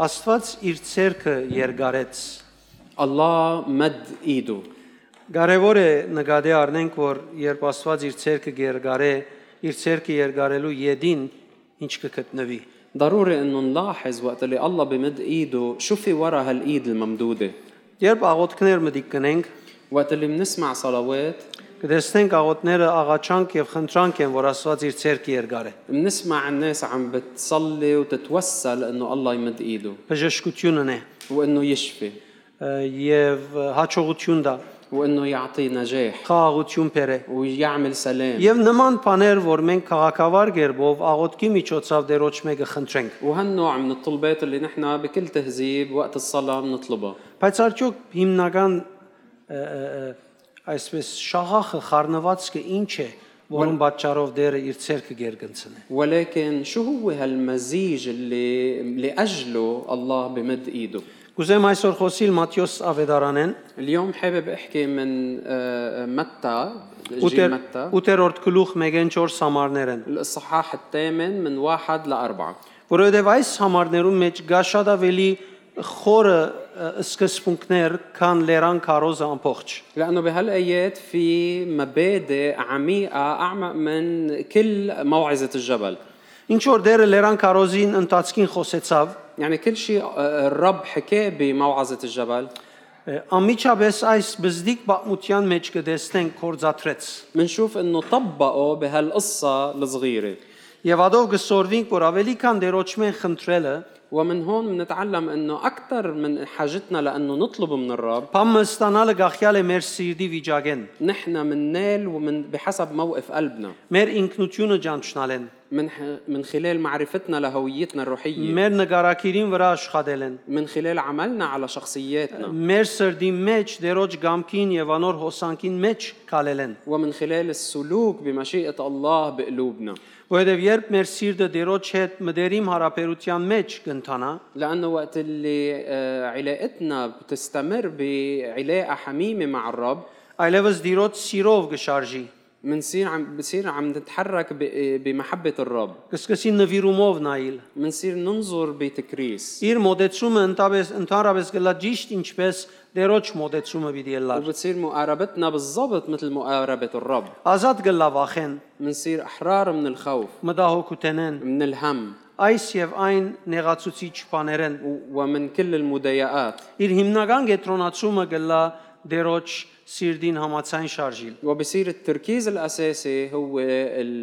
Աստված իր ցերքը երկարեց։ الله مد ايده Կարևոր է նկատի առնենք, որ երբ Աստված իր ցերքը երկարե, իր ցերքը երկարելու յեդին ինչ կգտնվի։ ضروري انه نلاحظ وقت اللي الله بمد ايده شو في ورا هالايد الممدوده Երբ աղոթքներ մտիկ կնենք, وقت اللي بنسمع صلوات կտեսնենք աղոթները աղաչանք եւ խնդրանք են, որ Աստված իր ցերքը երկարե։ بنسمع الناس عم بتصلي وتتوسل انه الله يمد ايده Բժշկությունն է وانه يشفي ը, եւ ը, հաջողություն դա, وانه يعطي نجاح խաղաղություն բերե։ ويعمل سلام Եվ նման բաներ, որ մենք քաղաքավար գերբով աղոթքի միջոցով դեր ոչ մեկը խնդրենք։ وهالنوع من الطلبات اللي نحن بكل تهذيب وقت الصلاة بنطلبها Բայց արդյոք հիմնական ը, ը, ը, այսպես շաղախը խառնվածքը ինչ է, որոնց պատճառով դերը իր ցերքը գերգնցնե։ ولكن شو هو هالمزيج اللي لأجله الله بمد ايده Կուզեմ այսօր խոսիլ Մատթեոս Ավետարանեն اليوم حابب احكي من آه، متى جيل 8 متى 8-րդ գլուխ 1-4 համարներն, الاصحاح الثامن من واحد لأربعة որովհետև այս համարներում մեջ գա շատ ավելի խորը ը, սկզբունքներ, քան լերան քարոզը ամբողջ։ لأنه بهالآيات في مبادئ عميقة أعمق من كل موعظة الجبل Ինչ որ դերը լերան քարոզին ընդածքին խոսեցավ, يعني كل شيء آه، الرب حكاه بموعظة الجبل ը, անմիջապես այս բզդիկ բամության մեջ կտեսնենք կորզաթրեց։ منشوف انه طبقه بهالقصة الصغيرة Եվ ադով գսորվինք, որ ավելի քան դերոճմեն խնդրելը, ومن هون بنتعلم انه اكثر من حاجتنا لانه نطلب من الرب բամը ստանալը գախյալ է մեր սիրտի վիճակեն, نحن مننال ومن بحسب موقف قلبنا մեր ինքնությունը ճանչնալեն, من ح... من خلال معرفتنا لهويتنا الروحية մեր նկարակիրին վրա աշխատելեն, من خلال عملنا على شخصياتنا մեր սրտի մեջ դերոճ գամքին եւ անոր հոսանքին մեջ քալելեն։ ومن خلال السلوك بمشيئة الله بقلوبنا Որովհետեւ երբ մեր սիրտը դերոճ հետ մդերիմ հարաբերության մեջ կընթանա, لأنه وقت اللي آه، علاقتنا بتستمر بعلاقة حميمة مع الرب այլևս դիրոց սիրով կշարժի, منصير عم بصير عم نتحرك ب... بمحبة الرب կսկսի նվիրումով նայել։ منصير ننظر بتكريس Իր մոտեցումը ընդհանրապես ընդհանրապես գլա ճիշտ ինչպես դերոճ մոտեցումը պիտի լար։ وبتصير مقاربتنا بالضبط مثل مقاربة الرب Ազատ գլա վախեն منصير أحرار من الخوف մտահոգութենեն من الهم այս եւ այն նեղացուցիչ բաներեն و- ومن كل المضايقات իր հիմնական կետրոնացումը գլա դերոջ սիրդին համացային շարժիլ وبصير التركيز الأساسي هو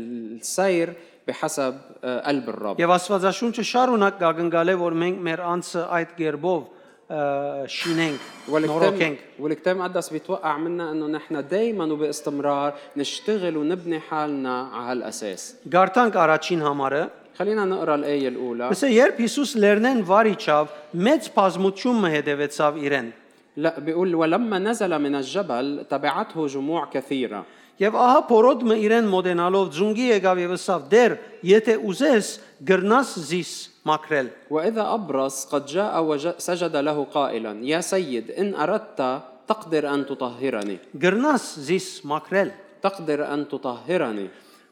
السير بحسب آه، قلب الرب եւ աստվածաշունչը շարունակ գագնգալ է որ մենք մեր անձը այդ ģերբով ը, շինենք والكتاب նորոգենք والكتاب المقدس بيتوقع منا انه نحن دائما وباستمرار نشتغل ونبني حالنا على هالاساس. Գարտանք առաջին համարը خلينا نقرا الايه الاولى ասե երբ Հիսուս լեռնեն վարիչավ մեծ բազմությունը հետևեցավ իրեն لا بيقول ولما نزل من الجبل تبعته جموع كثيره Եվ ահա Փորոդը իրեն մոդենալով ձունգի եկավ եւ ասավ. «Դեր, եթե ուզես, գրնաս զիս մաքրել»։ واذا ابرص قد جاء وسجد له قائلا يا سيد ان اردت تقدر ان تطهرني գրնաս զիս մաքրել تقدر ان تطهرني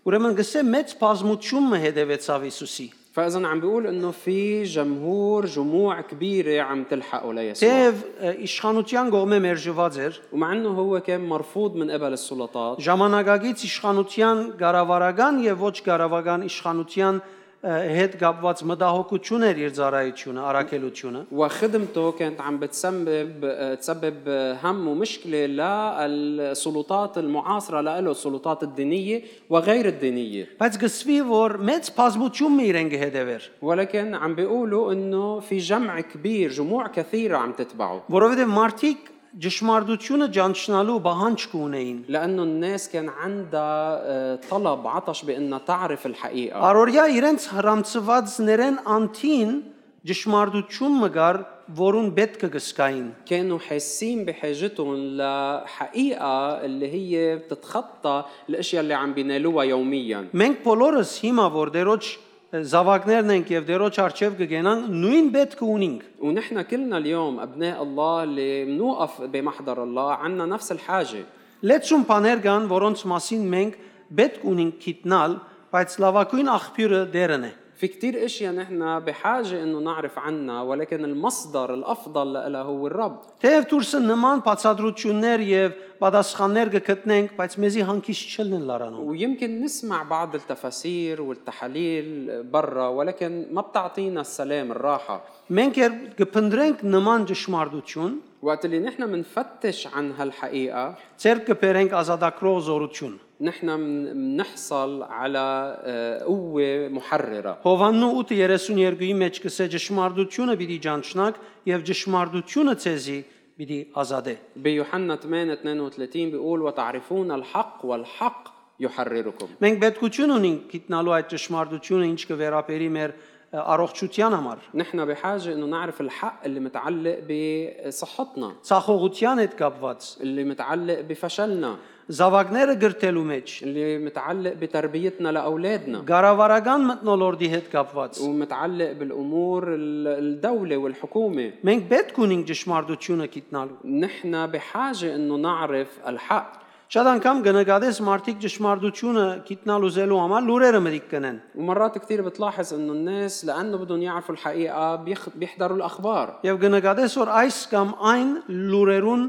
ուրեմն գսե մեծ բազմությունը հետևեցավ Հիսուսի فاذا عم بيقول انه في جمهور جموع كبيره عم تلحقه ليسوع թեև ը, իշխանության գողմե մերժված էր ومع انه هو كان مرفوض من قبل السلطات ժամանակագից իշխանության գարավարական եւ ոչ գարավական իշխանության ը, հետ կապված մտահոգություն էր իր ծառայությունը առաքելությունը وخدمته كانت عم بتسبب تسبب هم ومشكله للسلطات المعاصره له السلطات الدينيه وغير الدينيه բայց գսվի որ մեծ բազմությունը իրեն կհետևեր ولكن عم بيقولوا انه في جمع كبير جموع كثيره عم تتبعه որովհետեւ մարդիկ ճշմարտությունը ճանչնալու բահանջ կունեին لانه الناس كان عندها آه، طلب عطش بانها تعرف الحقيقه Արորիա իրենց հрамծվածներեն անտին ճշմարտություն մգար, որուն պետք կգսկային։ كانوا حاسين بحاجتهم لحقيقه اللي هي بتتخطى الاشياء اللي عم بينالوها يوميا Մենք բոլորս հիմա որ դերոջ զավակներն ենք եւ դերոջ արչեվ կգենանք, նույն պետք ունենք։ ونحن كلنا اليوم ابناء الله اللي بنوقف بمحضر الله عنا نفس الحاجه Լեցուն բաներ կան, որոնց մասին մենք պետք ունենք գիտնալ, բայց լավագույն աղբյուրը դերն է։ في كتير اشياء نحن بحاجه انه نعرف عنها ولكن المصدر الافضل لها هو الرب Թեև դուրսը նման բացադրություններ եւ պատասխաններ կգտնենք, բայց մեզի հանգիստ չլինեն լարանում։ ويمكن نسمع بعض التفاسير والتحاليل برا ولكن ما بتعطينا السلام الراحه Մենք երբ կփնտրենք նման ճշմարտություն, وقت اللي نحن منفتش عن هالحقيقه ցերկ կբերենք ազատագրող զորություն։ نحن من- منحصل على آه، قوه محرره Հովաննու 8:32-ի մեջ կսե ճշմարտությունը պիտի ճանչնակ եւ ճշմարտությունը ցեզի պիտի ազատե։ بيوحنا 8 32 بيقول وتعرفون الحق والحق يحرركم Մենք պետքություն ունենք գիտնալու այդ ճշմարտությունը, ինչ կվերապերի մեր ը, առողջության համար, نحن بحاجه انه نعرف الحق اللي متعلق بصحتنا ցախողության հետ կապված, اللي متعلق بفشلنا զավակները գրտելու մեջ, اللي متعلق بتربيتنا لاولادنا Գարավարական մտնոլորտի հետ կապված։ ومتعلق بالامور ال- الدوله والحكومه Մենք պետք ունենք ճշմարտությունը գիտնալու։ نحن بحاجه انه نعرف الحق Շատ անգամ կնկատես մարդիկ ճշմարտությունը գիտնալու զելու համար լուրերը մտիկ կնեն։ ومرات كثير بتلاحظ انه الناس لانه بدهم يعرفوا الحقيقه بيخ- بيحضروا الاخبار Եվ կնկատես, որ այս կամ այն լուրերուն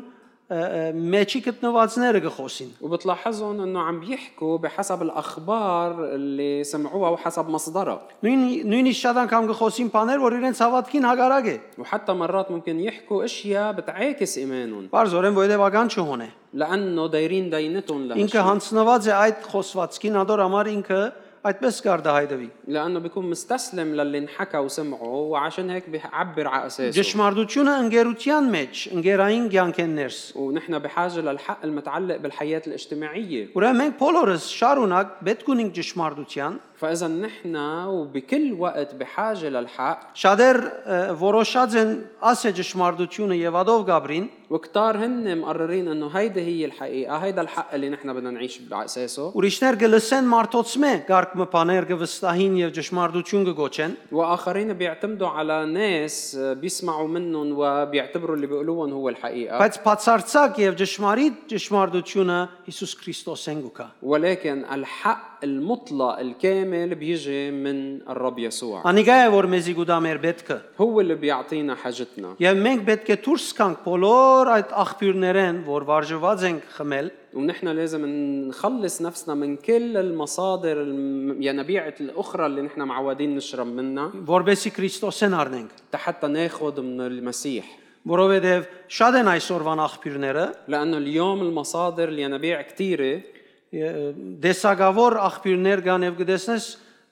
ը, ը, մեջի գտնվածները կխոսին։ وبتلاحظهم انه عم بيحكوا بحسب الاخبار اللي سمعوها وحسب مصدرها Նույն նույնիսկ շատ անգամ կխոսին բաներ, որ իրենց հավատքին հակարակ է։ وحتى مرات ممكن يحكوا اشياء بتعاكس ايمانهم Բարձորեն ովևական չհոնե։ لانه دايرين دينتهم Ինքը لهالشي հանցնված է այդ խոսվածքին, անդոր համար ինքը այդպես կարդահայտվի։ لانه بيكون مستسلم للي انحكى وسمعه وعشان هيك بيعبر على اساسه Ճշմարտությունը ընկերության մեջ, ընկերային կյանքներս։ ونحن بحاجه للحق المتعلق بالحياه الاجتماعيه Ուրեմն մենք բոլորս շարունակ պետք ունենք ճշմարտության։ فاذا نحن وبكل وقت بحاجه للحق Շատեր ը, որոշած են ասե ճշմարտությունը եւ ադով գաբրին, وكتار هن مقررين انه هيدي هي الحقيقه هيدا الحق اللي نحن بدنا نعيش على اساسه ուրիշներ գլսեն մարտոցմե գարգ մփաներ գվստահին եւ ճշմարտություն կգոչեն։ واخرين بيعتمدوا على ناس بيسمعوا منهم وبيعتبروا اللي بيقولوهم هو الحقيقه Բայց բացարձակ եւ ճշմարիտ ճշմարտությունը Հիսուս Քրիստոսեն գուկա։ ولكن الحق المطلق الكامل بيجي من الرب يسوع Անիկա է որ մեզի գուտա մեր պետքը։ هو اللي بيعطينا حاجتنا Եվ մենք պետք է դուրս գանք բոլոր այդ աղբյուրներեն, որ վարժված ենք խմել, ونحن لازم نخلص نفسنا من كل المصادر الم- ينابيع الاخرى اللي نحن معودين نشرب منها որբեսի Քրիստոսեն առնենք։ حتى ناخذ من المسيح Որովհետեւ շատ են այսօրվան աղբյուրները, لانه اليوم المصادر الينابيع كثيره ե- դեսագավոր աղբյուրներ կան եւ գտեսնես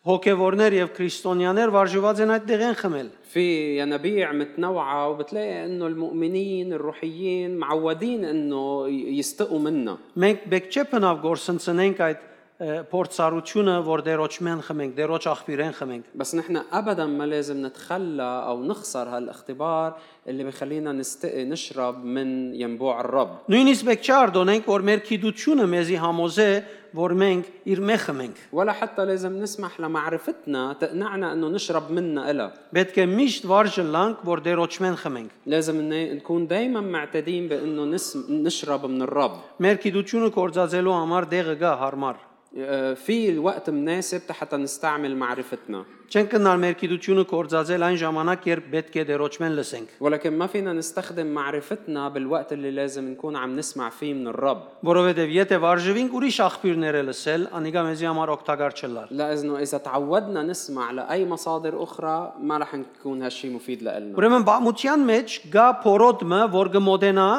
հոգեվորներ եւ քրիստոնյաներ վարժված են այդ դեղեն խմել։ في ينابيع متنوعة وبتلاقي انه المؤمنين الروحيين معودين انه ي- يستقوا منا Մենք բեք չէ փնավ գործընծնենք այդ ը, փորձառությունը, որ դերոճմեն խմենք, դերոճ աղբյուրեն խմենք։ بس نحن ابدا ما لازم نتخلى او نخسر هالاختبار اللي بخلينا نستقي نشرب من ينبوع الرب Նույնիսկ բեք չէ արդոնենք, որ մեր քիդությունը մեզի համոզե, որ մենք իր մե խմենք։ ولا حتى لازم نسمح لمعرفتنا تقنعنا انه نشرب منا إلها Պետք է միշտ վարժը լանք, որ դերոճմեն խմենք։ لازم ن- نكون دائما معتادين بانه نس- نشرب من الرب Մեր գիտությունը կորցածելու համար դեղը գա հարմար։ آه، في الوقت مناسب حتى نستعمل معرفتنا Չենք կնար մեր գիտությունը կորցածել այն ժամանակ, երբ պետք է դերոճմեն լսենք, ولكن ما فينا نستخدم معرفتنا بالوقت اللي لازم نكون عم نسمع فيه من الرب որովհետև եթե վարժվենք ուրիշ աղբյուրները լսել, անիկա մեզի համար օգտակար չլար։ لأنه إذا تعودنا نسمع لأي مصادر أخرى ما رح نكون هالشي مفيد لإلنا Ուրեմն բամության մեջ գա փորոդմը, որ կմոտենա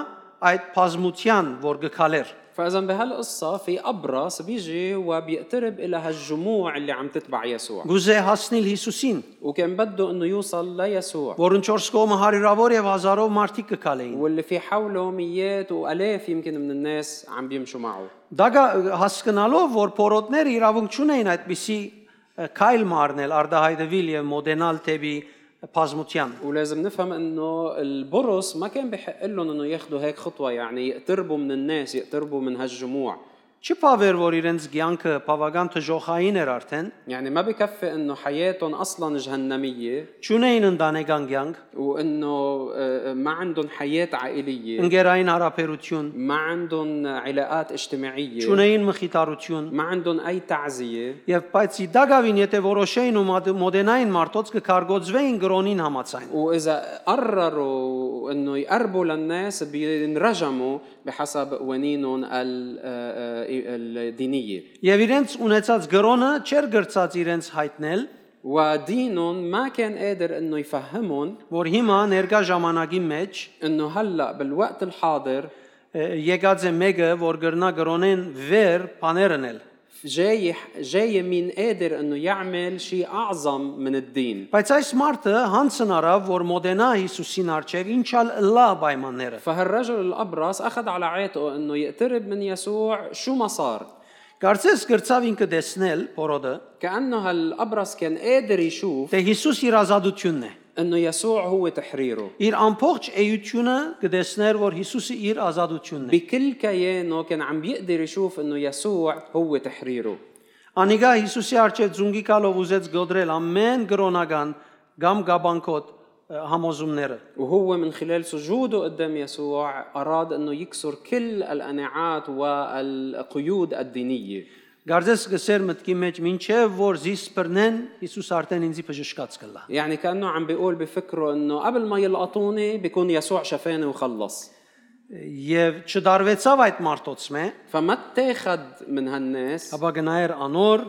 այդ բազմության, որ կքալեր։ فإذا بهالقصة في أبرص بيجي وبيقترب إلى هالجموع اللي عم تتبع يسوع Գուզե հասնել Հիսուսին, وكان بده إنه يوصل ليسوع որն 4 կողմը հարյուրավոր եւ հազարով մարդիկ կքալեին։ واللي في حوله ميات وآلاف يمكن من الناس عم بيمشوا معه Դա գա- հասկանալով, որ փորոտները իրավունք ունեն այդպիսի ը, քայլ մարնել, արդահայտվել եւ մոդենալ տեպի բազմության։ ولازم نفهم انه البرص ما كان بحق لهم انه ياخذوا هيك خطوه يعني يقتربوا من الناس يقتربوا من هالجموع Չի փավեր, որ իրենց ցանկը բավական դժոխային էր արդեն, يعني ما بكفي انه حياتهم اصلا جهنميه ճունեին ընտանեկան ցանկ, وانه آه، ما عندهم حياه عائليه ընկերային հարաբերություն, ما عندهم علاقات اجتماعيه ճունեին մխիթարություն։ ما عندهم اي تعزيه Եվ բայց իդագավին եթե որոշեին ու մադ- մոդենային մարտոց կկարգոծվեին գրոնին համացայն։ واذا قرروا انه يقربوا للناس بينرجموا بحسب قوانينهم ال- آه، آه، الدينيه Եվ իրենց ունեցած գրոնը չեր գրծած իրենց հայտնել, ودينهم ما كان قادر انه يفهمهم որ հիմա ներկա ժամանակի մեջ انه هلا بالوقت الحاضر ը, եկած է մեկը, որ գրնա գրոնեն վեր բաներնել։ جاي جاي مين قادر انه يعمل شيء اعظم من الدين Բայց այս մարդը հանցն արավ, որ մոդենա Հիսուսին արչև ինչալ լա պայմանները։ فهالرجل الابرص اخذ على عاتقه انه يقترب من يسوع شو ما صار Կարծես գրծավ ինքը դեսնել փորոդը, كانه هالابرص كان قادر يشوف թե Հիսուս իր ազատությունն է։ انه يسوع هو تحريره Իր ամբողջ էությունը կդեսներ, որ Հիսուսը իր ազատությունն է։ بكل كيانه كان عم بيقدر يشوف انه يسوع هو تحريره Անիգա Հիսուսի արչև ձունգի կալով ուզեց գոդրել ամեն գրոնական կամ գաբանքոտ ը, համոզումները։ وهو من خلال سجوده قدام يسوع اراد انه يكسر كل القناعات والقيود الدينيه Գարձես գսեր մտքի մեջ ինչև որ զիսպրնեն Հիսուս արդեն ինձի բժշկած կլա։ يعني كانه عم بيقول بفكره انه قبل ما يلقطوني بيكون يسوع شفاني وخلص Եվ չդարվեցավ այդ մարտոցմե, فما اتاخد من هالناس ապա գնայր անոր,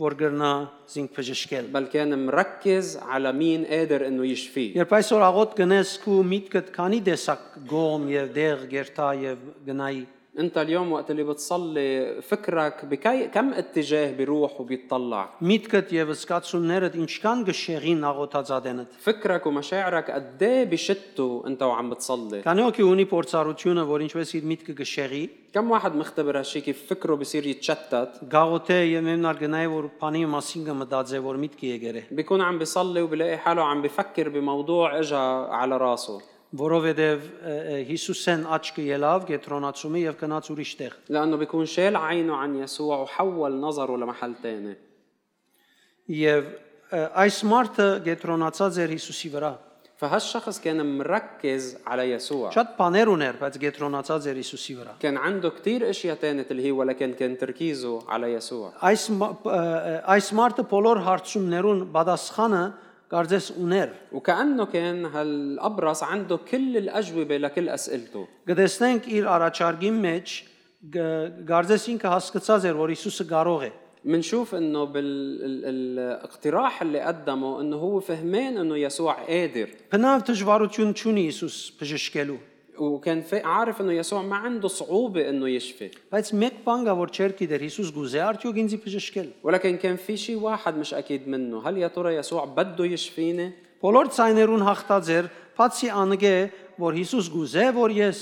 որ գրնա զինք բժշկել։ بل كان مركز على مين قادر انه يشفيه Երբ այսօր աղոտ գնես քու միտքդ քանի տեսակ գոմ եւ դեղ գերտա եւ գնայի։ انت اليوم وقت اللي بتصلي فكرك بكي كم اتجاه بيروح وبيتطلع Միտքդ եւ սկացումներդ ինչքան գշեղին աղոթածադենդ։ فكرك ومشاعرك قد ايه بشتوا انت وعم بتصلي Քանի օքի ունի փորձառությունը, որ ինչպես իր միտքը գշեղի, كم واحد مختبر هالشي كيف فكره بصير يتشتت գաղոթե եւ մեմնար գնայի որ բանի մասին կմտածե որ միտքը եկերե, بيكون عم بيصلي وبلاقي حاله عم بفكر بموضوع اجى على راسه որովհետեւ ը, ը, Հիսուսեն աչքը ելավ գետրոնացումը եւ գնաց ուրիշտեղ։ لانه بيكون شال عينه عن يسوع وحول نظره لمحل تاني Եվ ը, այս մարդը գետրոնացած էր Հիսուսի վրա։ فهالشخص كان مركز على يسوع Շատ բաներ ուներ, բայց գետրոնացած էր Հիսուսի վրա։ كان عنده كتير اشياء تانية تلهيه ولكن كان تركيزه على يسوع Այս մա- ը, ը, այս մարդը բոլոր հարցումներուն պատասխանը կարծես ուներ։ وكأنه كان هالأبرص عنده كل الأجوبة لكل أسئلته Գտեսնենք իր առաջարկի մեջ գ- կարծես ինքը հասկացած էր, որ Հիսուսը կարող է։ منشوف انه بالاقتراح اللي قدمه انه هو فهمان انه يسوع قادر Բնավ դժվարություն չունի Հիսուս բժշկելու, وكان فا- عارف انه يسوع ما عنده صعوبه انه يشفي բայց մեկ բան կա, որ չեր գիտեր Հիսուս գուզե արդյոք ինձի բժշկել։ ولكن كان في شيء واحد مش اكيد منه هل يا ترى يسوع بده يشفيني Բոլոր ցայներուն հաղթած էր, բացի անգե, որ Հիսուս գուզե, որ ես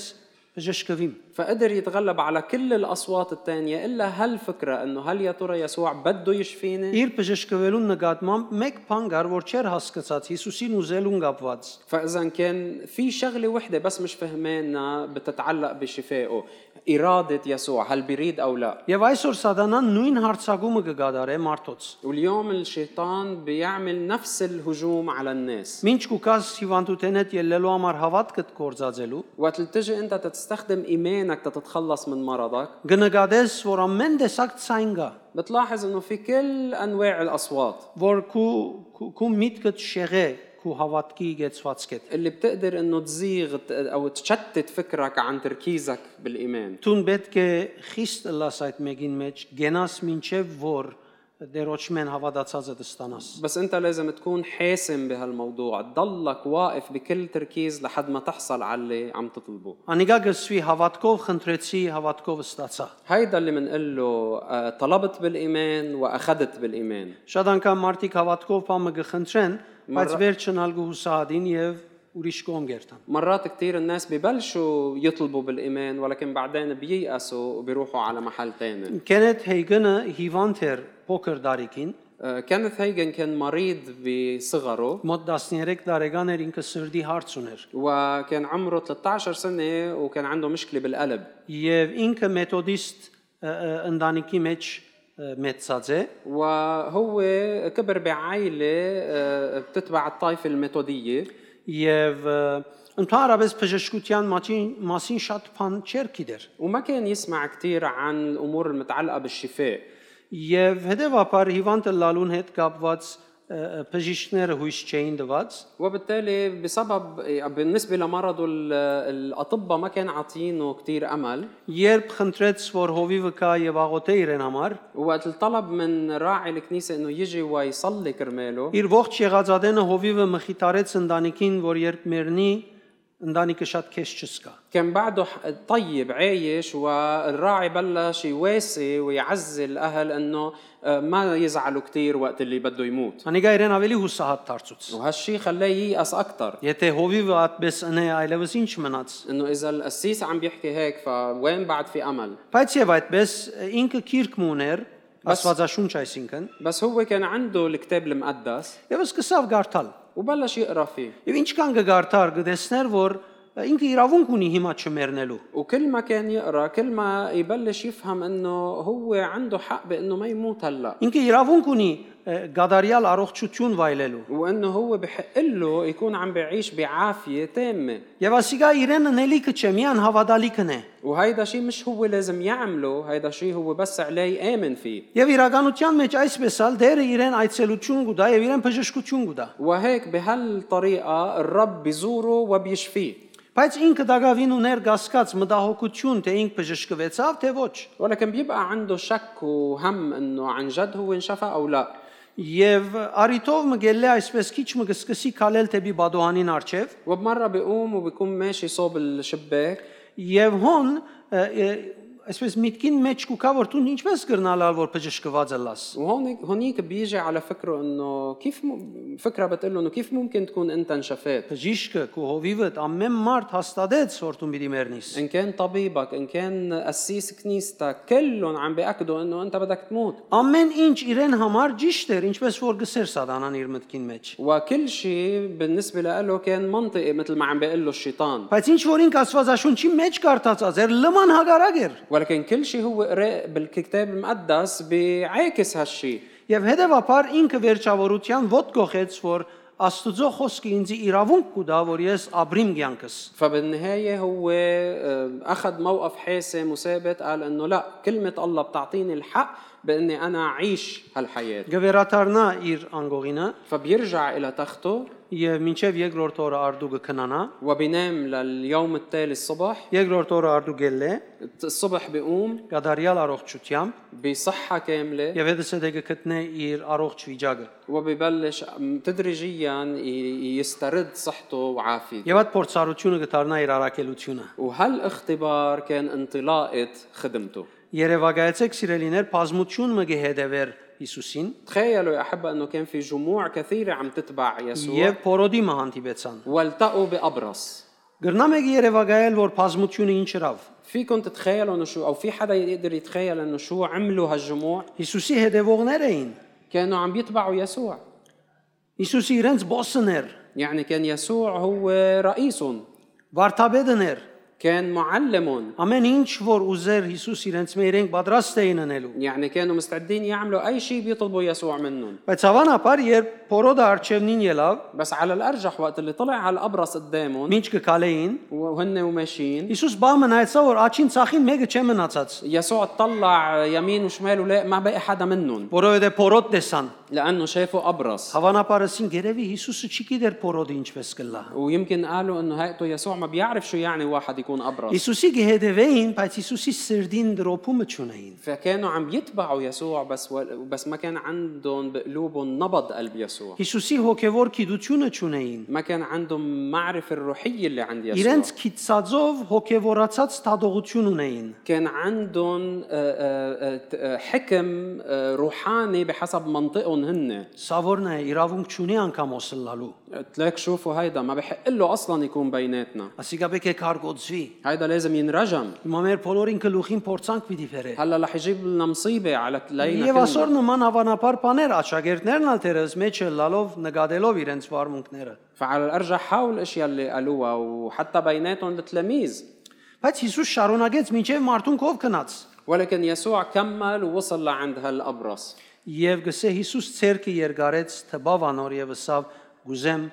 բժշկվեմ։ فقدر يتغلب على كل الاصوات الثانيه الا هالفكره انه هل يا ترى يسوع بده يشفيني Իր բժշկվելուն նկատմամբ մեկ բան կար, որ չեր հասկացած Հիսուսին ուզելուն կապված։ فاذا كان في شغله وحده بس مش فهمانها بتتعلق بشفائه اراده يسوع هل بيريد او لا Եվ այսօր սատանան նույն հարցակումը կգադարե մարդոց։ واليوم الشيطان بيعمل نفس الهجوم على الناس Մինչ կուկաս հիվանդութենետ ելնելու համար հավատքդ կործածելու, وقت تجي انت تستخدم ايمانك تتخلص من مرضك կնկատես, որ ամեն տեսակ ցայն կա, بتلاحظ انه في كل انواع الاصوات որ քու քու- քու միտքդ շեղե, քու հավատքի գեցվածքդ։ اللي بتقدر انه تزيغ ت- او تشتت فكرك عن تركيزك بالايمان Տուն պետք է խիստ լաս այդ մեկին մեջ գենաս մինչև որ դերոճմեն հավատացածը դստանաս։ بس انت لازم تكون حاسم بهالموضوع تضلك واقف بكل تركيز لحد ما تحصل على اللي عم تطلبه Անիկա գսվի հավատքով խնդրեցի, հավատքով ստացա։ هيدا اللي منقول له آه، طلبت بالايمان واخذت بالايمان Շատ անգամ մարդիկ հավատքով բամը գխնդրեն, բայց Մռա- վեր չնալու հուսահատին եւ ուրիշ կողմ գերտան։ مرات كثير الناس ببلشوا يطلبوا بالايمان ولكن بعدين بييأسوا وبيروحوا على محل تاني Կենեթ Հեյգնը հիվանդ էր փոքր դարիքին, آه، كينيث هيجن كان مريض بصغره մոտ 13 տարեկան էր ինքը սրդի հարց ուներ։ وكان عمره 13 سنة وكان عنده مشكلة بالقلب Եվ ինքը մեթոդիստ ը, ընտանիքի մեջ ը, մեծած է وهو كبر بعائلة آه، بتتبع الطائفة الميثودية եւ ը, ընդհանրապես բժշկության մասին մասին շատ բան չեր գիտեր وما كان يسمع كثير عن الأمور المتعلقة بالشفاء եւ հետեւաբար հիվանդը լալուն հետ կապված ը, ը, բժիշկները հույս չէին տված وبالتالي بسبب بالنسبة لمرضه ال- الأطباء ما كان عاطينه كثير أمل երբ խնդրեց որ հովիվը կա եւ աղոթե իրեն համար وقت الطلب من راعي الكنيسة إنه يجي ويصلي كرماله իր ողջ եղածադենը հովիվը մխիտարեց ընտանիքին որ երբ մեռնի ընտանիքը շատ քեշ չսկա كان بعده ح- طيب عايش والراعي بلش يواسي ويعزي الأهل إنه آه، ما يزعلوا كثير وقت اللي بده يموت Անիկա իրեն ավելի հուսահատ դարձուց։ وهالشي خلاه ييأس أكثر Եթե հովիվը այդպես ընե այլևս ինչ մնաց։ إنه إذا القسيس عم بيحكي هيك فوين بعد في أمل Բայց եւ այդպես ինքը քիրք մուներ, Աստվածաշունչ այսինքն, بس هو كان عنده الكتاب المقدس եւ սկսավ գարթալ։ وبلش يقرا فيه Եվ ինչքան կգարթար կտեսներ, որ ինքը իրավունք ունի հիմա չմեռնելու։ وكل ما كان يقرا كل ما يبلش يفهم انه هو عنده حق بانه ما يموت هلا Ինքը իրավունք ունի ը, գադարյալ առողջություն վայելելու։ وانه هو بحق له يكون عم بيعيش بعافيه تامه Եվ ասիկա իրեն ընելիքը չէ, միան հավատալիքն է։ وهيدا شيء مش هو لازم يعمله هيدا شيء هو بس عليه يامن فيه Եվ իրականության մեջ այսպես ալ դերը իրեն այցելություն գուտա եւ իրեն բժշկություն գուտա։ وهيك بهالطريقه الرب بيزوره وبيشفيه Բայց ինքը դակավին ուներ գասկած մտահոգություն, թե ինքը բժշկվեցավ, թե ոչ։ ولكن بيبقى عنده شك وهم انه عن جد هو انشفى او لا Եվ արիտով մգելլե այսպես քիչ մգսկսի քալել դեպի Բադոհանին արչև وبمره بيقوم وبيكون մاشي صوب الشباك եւ հոն ը, ը, այսպես միտքին մեջ կուքա որ դու ինչպես կրնալալ որ բժշկված լաս։ وهون هونيك بيجي على فكره انه كيف م... فكره بتقول له انه كيف ممكن تكون انت انشفيت Բժիշկը քո հովիվդ ամեն մարդ հաստատեց որ դու պիտի մեռնիս։ ان كان طبيبك ان كان قسيس كنيستك كلهم عم بياكدوا انه انت بدك تموت Ամեն ինչ իրեն համար ճիշտ էր, ինչպես որ գսեր սատանան իր մտքին մեջ։ وكل شيء بالنسبه له كان منطقي مثل ما عم بيقول له الشيطان Բայց ինչ որ ինք Աստվածաշունչի մեջ կարդացած էր, լման հագարակ էր։ ولكن كل شيء هو قراه بالكتاب المقدس بيعاكس هالشيء Եվ հետևաբար ինքը վերջավորության ոտ գողեց, որ Աստուծո խոսքը ինձ իրավունք կուտա, որ ես ապրիմ կյանքս։ فبالنهاية هو آه، أخذ موقف حاسم وثابت قال إنه لا كلمة الله بتعطيني الحق بإني أنا أعيش هالحياة Գվերաթարնա իր անգողինը فبيرجع إلى تخته եւ մինչեւ երկրորդ օրը արդուկը քնանա։ وبينام لليوم التالي الصبح Երկրորդ օրը արդուկելը الصبح بيقوم գադարյալ առողջությամբ بصحة كاملة եւ հետս հետ կգտնե իր առողջ վիճակը։ وبيبلش تدريجيا ي- يسترد صحته وعافيته Եվ այդ փորձառությունը կդառնա իր առաքելությունը։ وهالاختبار كان انطلاقة خدمته Երևակայեցեք սիրելիներ, բազմություն մը կհետևեր Հիսուսին تخيلوا يا أحبة أنه كان في جموع كثيرة عم تتبع يسوع եւ փորոդի մը հանդիպեցան։ والتقوا بأبرص Գրնամ եք երևակայել, որ բազմությունը ինչ հրավ։ فيكم تتخيلوا انه شو او في حدا يقدر يتخيل انه شو عملوا هالجموع Հիսուսի հետևողներ էին։ كانوا عم يتبعوا يسوع Հիսուսի իրենց բոսներ, يعني كان يسوع هو رئيسهم վարդապետներ, كان معلمهم ամեն ինչ որ ուզեր Հիսուս իրենց մեջ իրենք պատրաստ էին անելու։ يعني كانوا مستعدين يعملوا اي شيء بيطلبوا يسوع منهم Բայց հավանաբար երբ Փորոդը արչևնին ելավ, بس على الارجح وقت اللي طلع على الابرص قدامهم ինչ կկալեին, وهن وماشيين Հիսուս բամը նայեցա որ աչին ցախին մեկը չէ մնացած, يسوع طلع يمين وشمال ولا ما بقي حدا منهم որովհետև Փորոդ տեսան։ لانه شافوا ابرص Հավանաբար ասին երևի Հիսուսը չի գիտեր Փորոդը ինչպես կլա։ ويمكن قالوا انه هيئته يسوع ما بيعرف شو يعني واحد يكون ابرص Հիսուսի գեհեդեվեին, բայց Հիսուսի սրդին դրոփումը չունեին։ فكانوا عم يتبعوا يسوع بس و... بس ما كان عندهم بقلوبهم نبض قلب يسوع Հիսուսի հոգևոր գիտությունը չունեին։ ما كان عندهم معرفة الروحية اللي عند يسوع Իրենց քիծածով հոգևորացած տադողություն ունեին։ كان عندهم آه، آه، آه، ت- آه، حكم آه، روحاني بحسب منطقهم هن Սավորն է իրավունք չունի անգամ ոսլալու։ تلاك شوفوا هيدا ما بحق له اصلا يكون بيناتنا Ասիկա պետք է կարգոծվի։ هيدا لازم ينرجم Հիմա մեր բոլորին կլուխին փորձանք պիտի բերե։ هلا رح يجيب لنا مصيبة على لينا Եվ كلنا. ասոր նման հավանաբար բաներ աշակերտներն ալ դերս մեջը լալով նկատելով իրենց վարմունքները։ فعلى الارجح هاو الاشياء اللي قالوها وحتى بيناتهم التلاميذ Բայց Հիսուս շարունակեց մինչև մարդուն կով կնաց։ ولكن يسوع كمل ووصل لعند هالأبرص Եվ գսե Հիսուս ցերկը երգարեց, թբավ անոր եւ ըսավ գուզեմ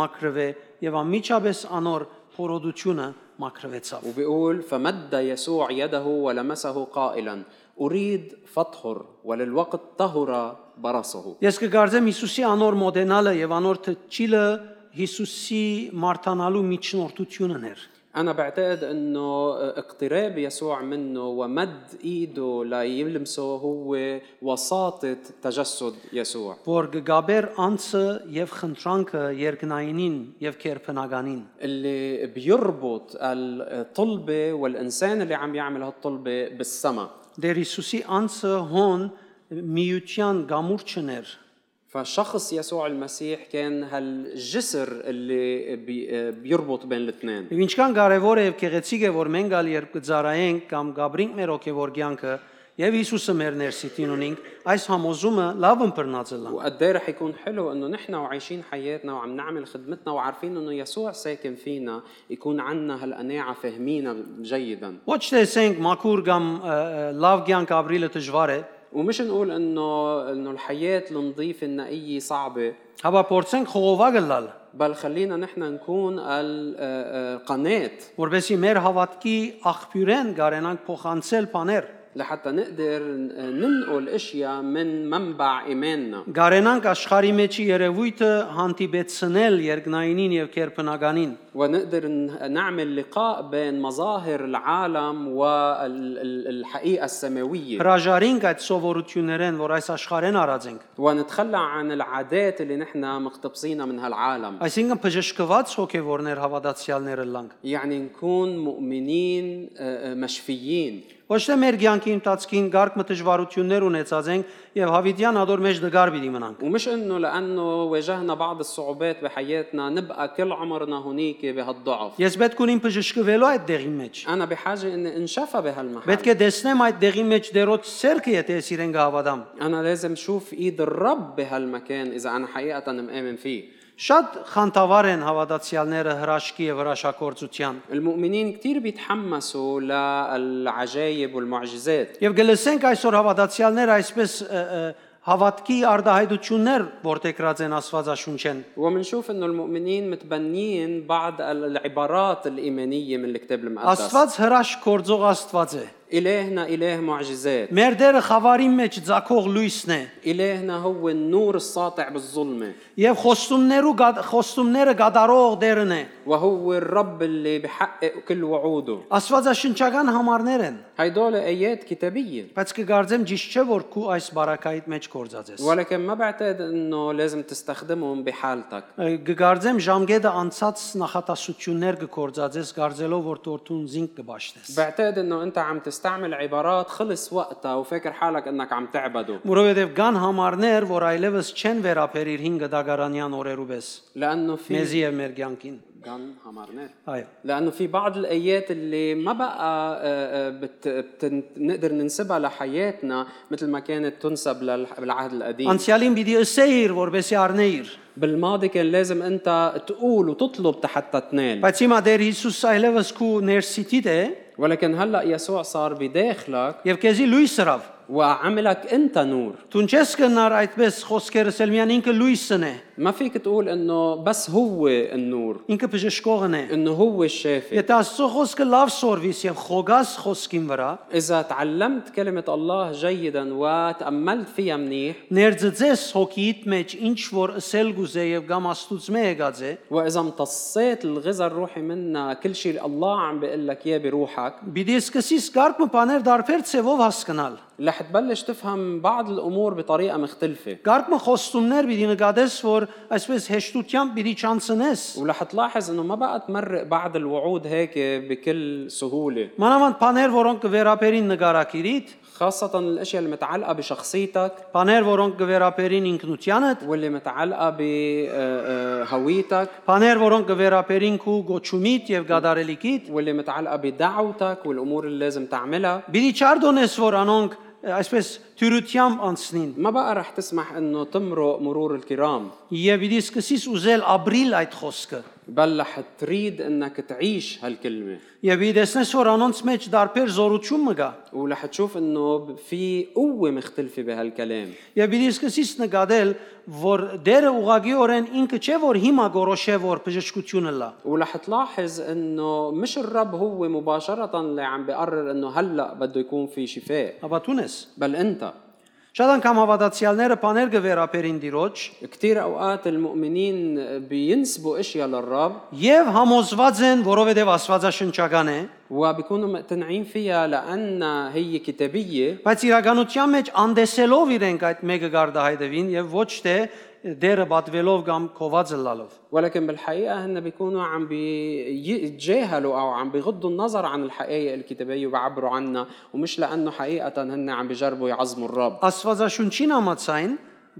մաքրվե եւ ամիջապես անոր փորոդությունը մաքրվեցավ։ وبيقول فمد يسوع يده ولمسه قائلا أريد فطهر وللوقت طهر برصه Ես կգարձեմ Հիսուսի անոր մոդենալը եւ անոր թճիլը Հիսուսի մարտանալու միջնորդությունն էր։ أنا بعتقد إنه اقتراب يسوع منه ومد إيده ليلمسه هو وساطة تجسد يسوع որ գգաբեր անցը եւ խնդրանքը երկնայինին եւ կերփնականին اللي بيربط الطلبة والإنسان اللي عم يعمل هالطلبة بالسما դեր Հիսուսի անցը հոն միության գամուրջն էր فشخص يسوع المسيح كان هالجسر اللي بي- بيربط بين الاثنين եւ ինչքան կարեւոր է եւ գեղեցիկ է որ մենք ալ երբ գծարայենք կամ գաբրինք մեր ոգեվոր կյանքը եւ Հիսուսը մեր ներսիտին ունենք այս համոզումը լավ ընբռնած է լան وقد إيه رح يكون حلو انه نحن وعايشين حياتنا وعم نعمل خدمتنا وعارفين انه يسوع ساكن فينا يكون عنا هالقناعه فاهمينا جيدا ոչ թե ասենք մաքուր կամ ը, ը, լավ կյանք ապրելը դժվար է ومش نقول انه انه الحياه النظيفه النقيه صعبه հավա փորձենք խողովակը լալ بل خلينا نحن نكون ال- آه، آه، قناه որովհետեւ մեր հավատքի աղբյուրեն գարենանք փոխանցել բաներ لحتى نقدر ننقل اشياء من منبع ايماننا Գարենանք աշխարի մեջի երևույթը հանդիպեցնել երկնայինին եւ կերպնականին։ ونقدر ن- نعمل لقاء بين مظاهر العالم والحقيقه السماويه Հրաժարինք այդ սովորություններեն, որ այս աշխարհեն արածենք։ ونتخلى عن العادات اللي نحن مقتبسينها من هالعالم Այսինքն բժշկված հոգեվորներ հավատացյալները լանք։ يعني نكون مؤمنين آه، آه، مشفيين Ոչ թե մեր ցանկի ընթացքին գարգ մտժվարություններ ունեցած ենք եւ հավիտյան ադոր մեջ դգար պիտի մնանք։ ومش انه لانه واجهنا بعض الصعوبات بحياتنا نبقى كل عمرنا هنيك بهالضعف Ես պետք ունիմ բժշկվելու այդ դեղի մեջ։ انا بحاجه اني انشفى بهالمحل Պետք է տեսնեմ այդ դեղի մեջ դերոց ցերքը, եթե ես իրեն կհավատամ։ انا لازم شوف ايد الرب بهالمكان اذا انا حقيقه مآمن فيه Շատ խանդավառ են հավատացյալները հրաշքի եւ հրաշակործության։ المؤمنين كتير بيتحمسوا للعجايب والمعجزات Եվ գլսենք այսօր հավատացյալներ այսպես ը, ը, հավատքի արդահայտություններ, որտեգրած են Աստվածաշունչեն։ ومنشوف انه المؤمنين متبنيين بعض العبارات الايمانيه من الكتاب المقدس Աստված հրաշք գործող Աստված է։ إلهنا إله معجزات Մեր դերը խավարի մեջ ցակող լույսն է։ إلهنا هو النور الساطع بالظلمة Եվ խոստումներու գա- խոստումները գդարող դերն է։ وهو الرب اللي بحقق كل وعوده Աստվածաշնչական համարներ են, هيدول آيات كتابية բայց կգարձեմ ճիշտ չէ որ քու այս բարակայիդ մեջ կործած ես։ ولكن ما بعتقد انه لازم تستخدمهم بحالتك Գգարձեմ ժամկետը անցած նախատասություններ կկործած ես, գարձելով որ դորթուն զինք կբաշտես։ بعتقد انه انت عم تستعمل عبارات خلص وقتها وفاكر حالك انك عم تعبده Որովհետև կան համարներ, որ այլևս չեն վերաբերիր 5 դագարանյան օրերուպես لانه في մեզի եւ մեր ցանկին։ كان حمرناه Այո։ لانه في بعض الايات اللي ما بقى آه، آه، بت... بت... نقدر ننسبها لحياتنا مثل ما كانت تنسب لل... بالعهد القديم Անցյալին պիտի ըսեիր, որբեսի առնեիր։ بالماضي كان لازم انت تقول وتطلب حتى تنال Բայց հիմա դեր Հիսուս այլևս քու ներսիտիդ է ولكن هلا يسوع صار بداخلك եւ քեզի լույս հրավ։ وعملك انت نور Դուն չես կնար այդպես խոսքերս էլ միան ինքը լույսն է, ما فيك تقول انه բس هو النور ինքը բժշկողն է։ انه هو الشافي Եթե Աստծո խոսքը լավ սորվիս եւ խոգաս խոսքին վրա, اذا تعلمت كلمه الله جيدا وتاملت فيها منيح ներծծես հոգիդ մեջ ինչ որ ըսել գուզե եւ կամ աստուծմե եկած է, واذا امتصيت الغذاء الروحي منها كل شيء الله عم بيقول لك اياه بروحك պիտի սկսիս կարգ մբաներ դարբեր ցեվով հասկանալ։ رح تبلش تفهم بعض الامور بطريقه مختلفه Գարկմը խոստումներ պիտի նկատես, որ այսպես հեշտությամբ պիտի չանցնես։ ورح تلاحظ انه ما بقى تمرق بعض الوعود هيك بكل سهوله Մանավանդ բաներ, որոնք կվերապերին նկարակիրիդ, خاصة الأشياء اللي متعلقة بشخصيتك բաներ, որոնք կվերապերին ինքնությանդ, واللي متعلقة آه، بهويتك բաներ, որոնք կվերապերին քու գոչումիդ եւ գադարելիքիդ։ واللي متعلقة بدعوتك والأمور اللي لازم تعملها Պիտի չարդոնես, որ անոնք այսպես թյուրությամբ անցնին։ ما بقى رح تسمح انه تمرق مرور الكرام Եվ իդի սկսիս ուզել ապրիլ այդ խոսքը։ بل رح تريد انك تعيش هالكلمه Եվ ի դեսնես որ անոնց մեջ դարբեր զորություն մգա։ ورح تشوف انه في قوه مختلفه بهالكلام Եվ ի դեսկսիս նկատել, որ դերը ուղագիորեն ինքը չէ որ հիմա գորոշե որ բժշկությունը լա։ ورح تلاحظ انه مش الرب هو مباشره اللي عم بقرر انه هلا بده يكون في شفاء Աբա տունես։ بل انت Շատ անգամ հավատացյալները բաներ կվերապերին դիրոջ كثير اوقات المؤمنين بينسبوا اشياء للرب եւ համոզված են, որովհետեւ աստվածաշնչական է, وبيكونوا مقتنعين فيها لانها هي كتابيه բայց իրականության մեջ անդեսելով իրենք այդ մեկը գարդահայտվին եւ ոչ թե դերը բատվելով կամ քովածը լալով։ ولكن بالحقيقه هن بيكونوا عم بيتجاهلوا او عم بيغضوا النظر عن الحقائق الكتابيه وبيعبروا عنها ومش لانه حقيقه هن عم بيجربوا يعظموا الرب Աստվածաշունչին համաձայն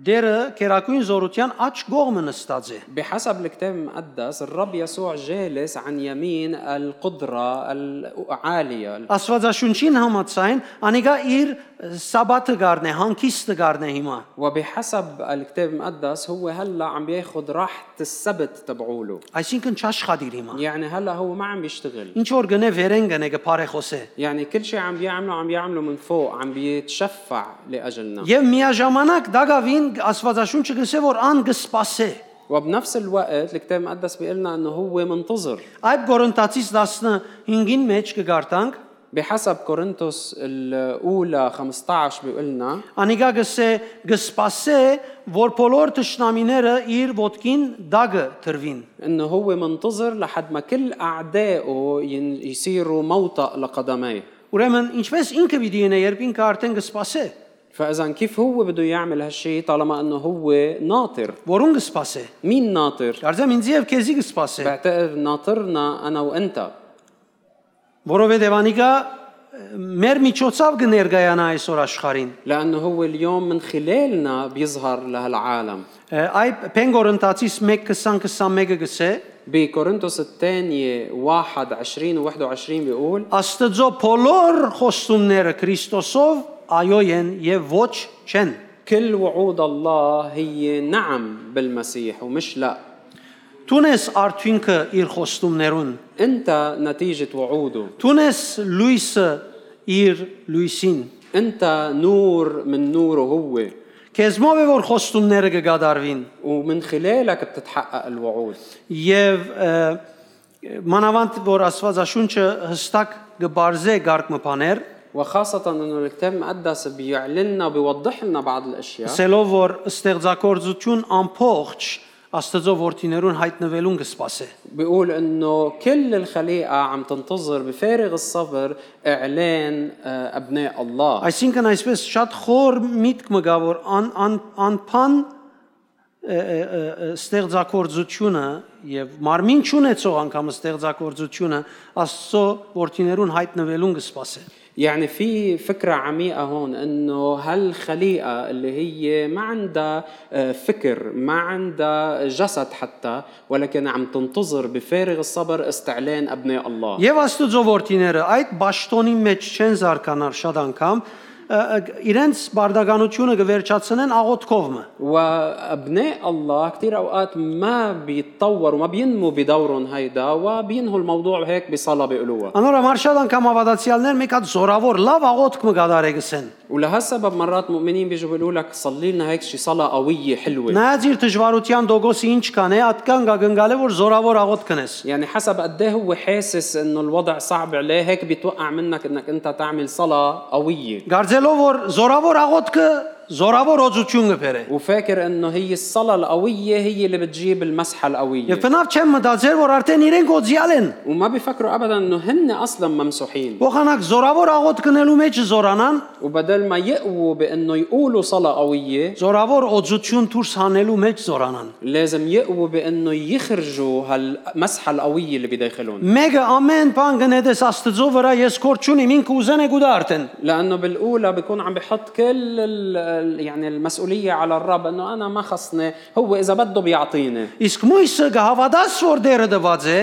դերը քերակույն զորության աչ կողմը նստած է։ بحسب الكتاب المقدس الرب يسوع جالس عن يمين القدرة العالية Աստվածաշունչին համաձայն անիկա իր սաբաթը գառնե, հանգիստը գառնե հիմա։ وبحسب الكتاب المقدس هو هلا عم بياخد راحة السبت تبعوله Այսինքն չաշխատիր հիմա։ يعني هلا هو ما عم بيشتغل Ինչ որ գնե վերեն գնե կփարեխոսե։ يعني كل شيء عم بيعمله عم بيعمله من فوق عم بيتشفع لأجلنا Եվ միաժամանակ դակավին Աստվածաշունչը գսե որ ան կսպասե։ وبنفس الوقت الكتاب المقدس بيقلنا انه هو منتظر Այդ Կորինթացից 15-ին մեջ կգարտանք, بحسب كورنثوس الاولى 15 بيقلنا անիկա գսե կսպասե, որ բոլոր ճշնամիները իր ոդկին դակը թրվին։ انه هو منتظر لحد ما كل اعدائه ين- يصيروا موطأ لقدميه Ուրեմն ինչպես ինքը պիտի ինե, երբ ինքը արդեն կսպասե, فاذا كيف هو بده يعمل هالشيء طالما انه هو ناطر որուն կսպասե։ مين ناطر Կարծեմ ինձ եւ քեզի կսպասե։ بعتقد ناطرنا انا وانت Որովհետև անիկա մեր միջոցով կներկայանա այսօր աշխարհին։ لانه هو اليوم من خلالنا بيظهر لهالعالم Այ Պենգորընտացից 1:20-21-ը գսե بكورنثوس الثانية 1 20 و 21 بيقول Աստծո բոլոր խոստումները Քրիստոսով այո են եւ ոչ չեն։ كل وعود الله هي نعم بالمسيح ومش لا Տունես արդյունքը իր խոստումներուն։ انت نتيجة وعوده Տունես լույսը իր լույսին։ انت نور من نوره هو Քեզմով է որ խոստումները կգադարվին ومن خلالك بتتحقق الوعود եւ ը, մանավանդ որ Աստվածաշունչը հստակ գբարզե գարգ մփաներ, وخاصة انه الكتاب المقدس بيعلن لنا بيوضح لنا بعض الاشياء ասելով որ ստեղծագործություն ամփոխ Աստծո որդիներուն հայտնվելուն կսպասե։ بيقول انه كل الخليقة عم تنتظر بفارغ الصبر اعلان آه، ابناء الله Այսինքն այսպես շատ խոր միտք մգա որ ան ան անփան ը, ը, ը, ը, ստեղծագործությունը եւ մարմին ճանեցող անգամ ստեղծագործությունը Աստծո որդիներուն հայտնվելուն կսպասե։ يعني في فكرة عميقة هون انه هالخليقة اللي هي ما عندها آه، فكر ما عندها جسد حتى ولكن عم تنتظر بفارغ الصبر استعلان ابناء الله Եվ Աստծո որդիները այդ ճաշտոնի մեջ չեն զարկանար շատ անգամ ը, ը, իրենց բարդականությունը կվերջացնեն աղոթքովը։ وابناء الله كثير اوقات ما بيتطوروا ما بينمو بدورهم هيدا وبينهوا الموضوع هيك بصلاه بيقولوها Անոր համար շատ անգամ ավադացիալներ մեկ հատ զորավոր լավ աղոթք մգադարեգսեն։ ولهالسبب مرات مؤمنين بيجوا بيقولوا لك صلي لنا هيك شي صلاه قويه حلوه Նայած իր դժվարության դոգոսի ինչ կան է, ատկան գագնգալը որ զորավոր աղոթք կնես։ يعني حسب قد ايه هو حاسس انه الوضع صعب عليه هيك بيتوقع منك انك انت تعمل صلاه قويه Գարձելով որ զորավոր աղոթքը զորավոր օծություն կբերե։ وفاكر انه هي الصلاه القويه هي اللي بتجيب المسحه القويه Եվ բնավ չեմ մտածել որ արդեն իրենք օծյալ են։ وما بيفكروا ابدا انه هن اصلا ممسوحين Փոխանակ զորավոր աղոթ կնելու մեջ զորանան, وبدل ما يقووا بانه يقولوا صلاه قويه զորավոր օծություն դուրս հանելու մեջ զորանան։ لازم يقووا بانه يخرجوا هالمسحه القويه اللي بداخلهم Մեկը ամեն բան գնեդես Աստծո վրա ես կորչ ունիմ, ինքը ուզեն է գուտա արդեն։ لانه بالاولى بيكون عم بحط كل ال- ال- يعني المسؤوليه على الرب انه انا ما خصني هو اذا بده بيعطيني Իսկ մույսը կհավատաս որ դերը դված է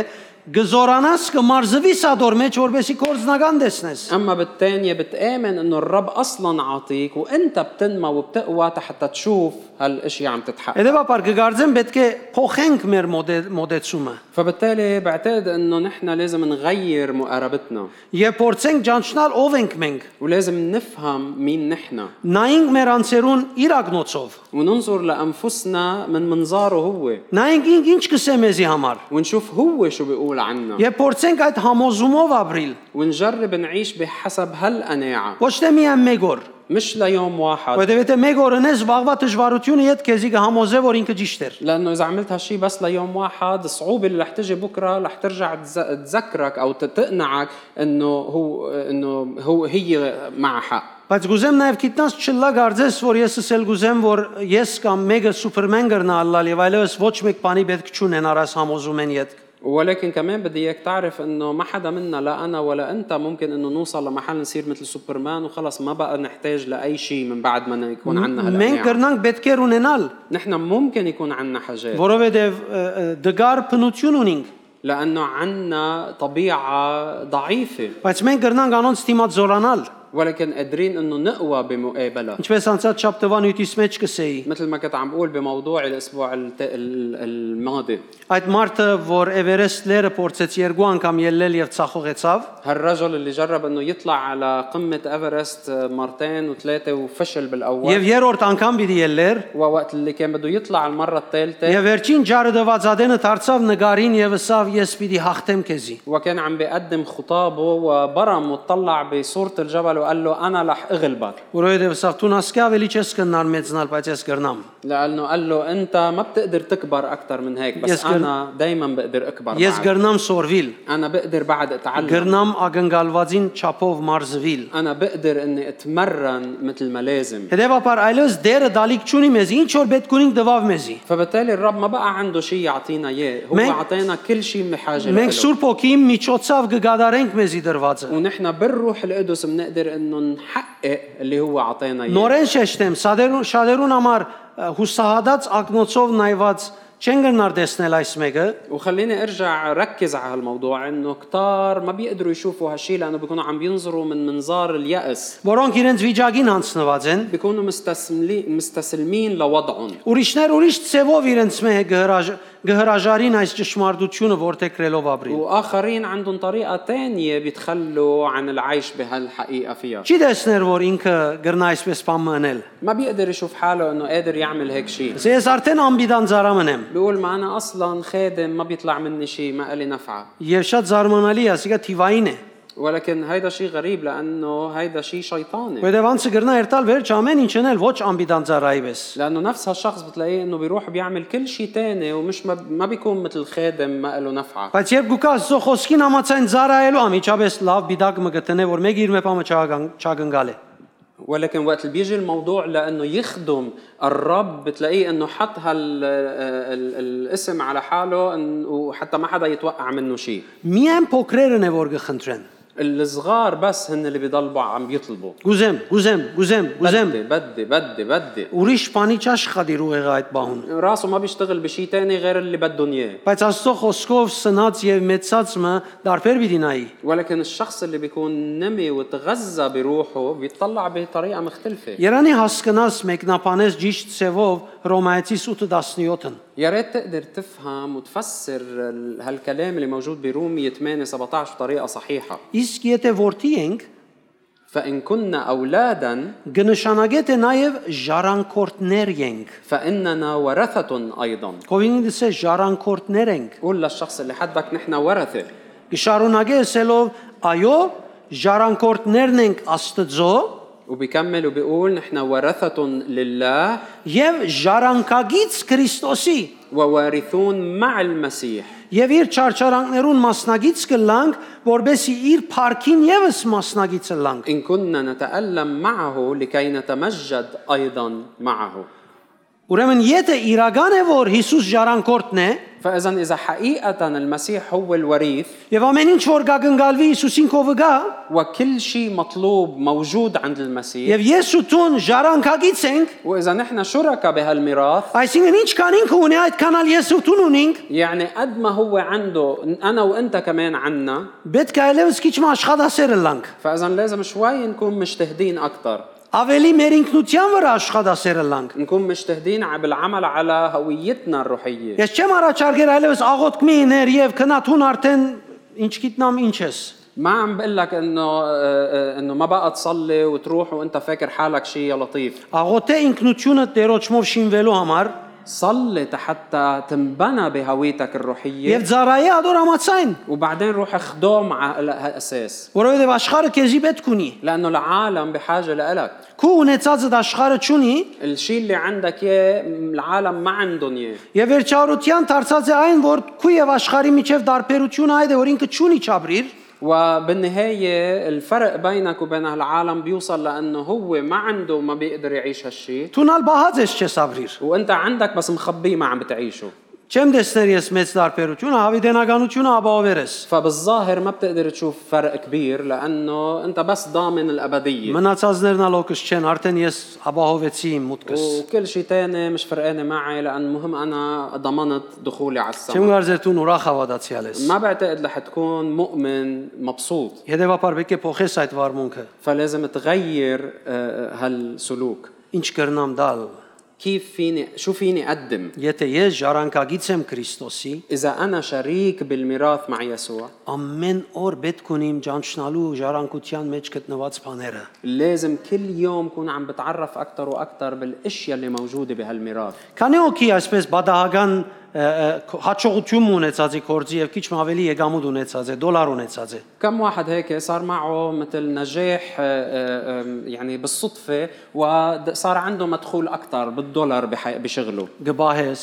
գզորանաս կմարզվի սա դոր մեջ որբեսի կորձնական դեսնես։ أما بالتانية بتآمن إنه الرب أصلا عاطيك وأنت بتنمى وبتقوى حتى تشوف هالأشياء عم تتحقق Հետևաբար կգարձեմ պետք է փոխենք մեր մոդե- մոտեցումը։ فبالتالي بعتقد إنه نحن لازم نغير مقاربتنا Եվ փորձենք ճանչնալ ով ենք մենք։ ولازم نفهم مين نحن Նայենք մեր անձերուն իրագնոցով։ وننظر لأنفسنا من منظاره هو Նայենք ինք ինչ կսե մեզի համար։ ونشوف هو شو بيقول عنا Եվ փորձենք այդ համոզումով ապրիլ, ونجرب نعيش بحسب هالقناعة ոչ թե միայն մեկ օր, مش ليوم واحد որովհետև եթե մեկ օրն ես վաղվա դժվարությունը հետ քեզի կհամոզե որ ինքը ճիշտ էր։ لأنه إذا عملت هالشي بس ليوم واحد الصعوبة اللي رح تجي بكرة رح ترجع تز- تذكرك أو ت- تقنعك إنه هو إنه هو هي مع حق Բայց գուզեմ նաև գիտնաս չլա գարձես որ ես ասել գուզեմ որ ես կամ մեկը սուպերմեն կրնալալ եւ այլևս ոչ մեկ բանի պետք չունեն առած համոզումեն իդ։ ولكن كمان بدي اياك تعرف انه ما حدا منا لا انا ولا انت ممكن انه نوصل لمحل نصير مثل سوبرمان وخلص ما بقى نحتاج لاي شيء من بعد ما يكون عنا Մենք هالقناعة կրնանք պետք էր ունենալ, نحن ممكن يكون عنا حاجات որովհետև ը, ը, դգար փնություն ունենք, لانه عنا طبيعه ضعيفه բայց մենք կրնանք անոնց դիմաց զորանալ։ ولكن قادرين انه نقوى بمقابله Ինչպես անցած շաբթվան հյութիս մեջ կսեի։ مثل ما كنت عم بقول بموضوعي الاسبوع الت- ال- الماضي Այդ մարդը, որ Էվերեստ լերը փորձեց երկու անգամ ելնել եւ ցախողեցավ, هالرجل اللي جرب انه يطلع على قمه ايفرست مرتين وثلاثه وفشل եւ بالاول երրորդ անգամ պիտի ելներ, ووقت اللي كان بده يطلع المره الثالثه եւ վերջին ջարը դված ադենը դարձավ նգարին եւ ասավ ես պիտի հաղթեմ քեզի։ وكان عم بيقدم خطابه وبرم وطلع بصورة الجبل وقال له أنا رح أغلبك Որովհետեւ ասավ դու ասկա ավելի չես կնար մեծնալ, բայց ես կգրնամ։ لأنه قال له أنت ما بتقدر تكبر أكثر من هيك يس بس جر- أنا دايما بقدر أكبر Ես معك. կգրնամ սորվիլ, أنا بقدر بعد أتعلم կգրնամ ագնկալվածին չափով մարզվիլ։ أنا بقدر إني أتمرن مثل ما لازم Հետևաբար այլոց դերը դալիք չունի մեզ, ինչ որ պետք ունենք դվավ մեզի։ فبالتالي الرب ما بقى عنده شيء يعطينا إياه هو من- أعطينا كل شيء بحاجة Մենք له Սուրբ ոգի միջոցով կգադարենք մեզի դրվածը։ ونحن بالروح القدس بنقدر انه نحقق اللي هو اعطانا اياه Նորեն շեշտեմ, սադերուն շադերուն համար ը, հուսահատած ակնոցով նայված չեն գնար տեսնել այս մեկը, وخليني ارجع ركز على هالموضوع انه كتار ما بيقدروا يشوفوا هالشيء لانه بيكونوا عم بينظروا من منظار اليأس որոնք իրենց վիճակին անցնված են, بيكونوا مستسلمين مستسلمين لوضعهم ուրիշներ ուրիշ ցևով իրենց մեջ գհրաժ- գհրաժարին այս ճշմարտությունը որթեքրելով ապրին։ واخرين عندهم طريقه تانية بيتخلوا عن العيش بهالحقيقه فيها Չի տեսներ, որ ինքը գրնա այսպես բան մնել։ ما بيقدر يشوف حاله انه قادر يعمل هيك شيء Ես ես արդեն ամբիդան ծարամն եմ։ بيقول ما انا اصلا خادم ما بيطلع مني شيء ما إلي نفعه Եվ շատ զարմանալի է, ասիկա թիվային է։ ولكن هيدا شيء غريب لانه هيدا شيء شيطاني Որտեւ անցը գրնա երթալ վերջ ամեն ինչն էլ ոչ ամբիդան ծարայիպես։ لانه نفس هالشخص بتلاقيه انه بيروح بيعمل كل شيء تاني ومش ما, ما بيكون مثل خادم ما له نفعه Բայց երբ դուք Աստծո խոսքին համաձայն զարայելու ամիջապես լավ բիդակ մը գտնե որ մեկ իր մեփամը չագան չագնգալ է։ ولكن وقت اللي بيجي الموضوع لانه يخدم الرب بتلاقيه انه حط هال ال- الاسم على حاله إن- وحتى ما حدا يتوقع منه شيء Միայն փոքրերն է որ գխնդրեն։ الصغار بس هن اللي بيضلوا عم يطلبوا Գուզեմ, գուզեմ, գուզեմ, գուզեմ։ بدي بدي بدي بدي Ուրիշ բանի չաշխատիր ուղեղը այդ բահուն։ راسه ما بيشتغل بشيء تاني غير اللي بدهم اياه Բայց Աստծո խոսքով սնած եւ մեծած մը դարբեր պիտի նայի։ ولكن الشخص اللي بيكون نمي وتغذى بروحه بيطلع بطريقه مختلفه Երանի հասկնաս մեկնաբանես ճիշտ ցևով Ռոմայացիս 8:17-ն։ يا ريت تقدر تفهم وتفسر ال- هالكلام اللي موجود برومية 8 17 بطريقه صحيحه Իսկ եթե worth-ի ենք, فان كنا اولادا գնշանագե թե նաեւ ժառանգորդներ ենք։ فإننا ورثة أيضا Կովինիդսը ժառանգորդներ ենք։ قول للشخص اللي حدك نحن ورثة Գշարունակե ասելով այո ժառանգորդներն ենք Աստծո وبيكمل وبيقول نحن ورثة لله եւ ժառանգագից Քրիստոսի ووارثون مع المسيح եւ իր չարչարանքներուն մասնագից կլանք որբեսի իր парքին եւս մասնագից լանք إن كنا نتألم معه لكي نتمجد أيضا معه ուրեմն եթե իրական է որ Հիսուս ժառանգորդն է فاذا اذا حقيقه المسيح هو الوريث Եվ ամեն ինչ որ գա գնալվի Հիսուսին կովը գա, وكل شيء مطلوب موجود عند المسيح եւ ես ու ցուն ժառանգագից ենք, واذا نحن شركاء بهالميراث այսինքն ինչքան ինքը ունի, այդքանալ ես ու ցուն ունենք, يعني قد ما هو عنده انا وانت كمان عنا պետք է այլևս քիչ մ աշխատասեր լանք։ فاذا لازم شوي نكون مجتهدين اكثر Ավելի մեր ինքնության վրա աշխատասեր լանք։ نكون مجتهدين ع- بالعمل على هويتنا الروحيه Ես չեմ առաջարկել այլևս աղոտք մի ներ եւ քնաթուն արդեն ինչ գիտնամ ինչ ես։ ما عم بقول لك انه آه، آه، انه ما بقى تصلي وتروح وانت فاكر حالك شيء يا لطيف Աղոտե ինքնությունը Տերոջմով շինվելու համար صلي حتى تنبنى بهويتك եւ الروحيه ծառայի ադորամացային, وبعدين روح اخضع مع هالاساس որովհետեւ աշխարհը քեզի պետք ունի։ لانه العالم بحاجه لإلك Քու ունեցածը դա աշխարհը չունի الشيء اللي عندك اياه العالم ما عندهم إيه. اياه եւ վերջարության դարձած է այն, որ քու եւ աշխարհի միջև դարբերությունը այդ է, որ ինքը չունի ճաբրիր, وبالنهاية الفرق بينك وبين هالعالم بيوصل لأنه هو ما عنده وما بيقدر يعيش هالشيء թունալ բահած ես չես աբրիր։ وانت عندك بس مخبيه ما عم بتعيشه Չեմ տեսներ ես մեծ դարբերությունը, հավիտենականությունը ապահովեր ես։ فبالظاهر ما بتقدر تشوف فرق كبير لأنه انت بس ضامن الأبدية Մնացածներն ալոկս չեն, արդեն ես ապահովեցի իմ մուտքս։ وكل شيء تاني مش فرقانة معي لأن مهم أنا ضمنت دخولي على Չեմ السما կարծեր դու ուրախ հավատացյալ ես։ ما بعتقد رح تكون مؤمن مبسوط Հետևաբար պետք է փոխես այդ վարմունքը։ فلازم تغير آه، هالسلوك Ինչ կրնամ դալ, كيف فيني شو فيني أقدم եթե ես ժառանգագից եմ Քրիստոսի, إذا أنا شريك بالميراث مع يسوع ամեն օր պետք ունի իմ ճանչնալու ժառանգության մեջ գտնված բաները։ لازم كل يوم كون عم بتعرف أكثر وأكثر بالأشياء اللي موجودة بهالميراث Քանի օքի այսպես բադահական ը, ը, քո- հաջողություն ունեցածի կորձի եւ քիչ մ ավելի եկամուտ ունեցած է, դոլար ունեցած է։ كم واحد هيك صار معه مثل نجاح آه، آه، آم، يعني بالصدفة وصار عنده مدخول أكثر بالدولار بحي- بشغله Գբահես,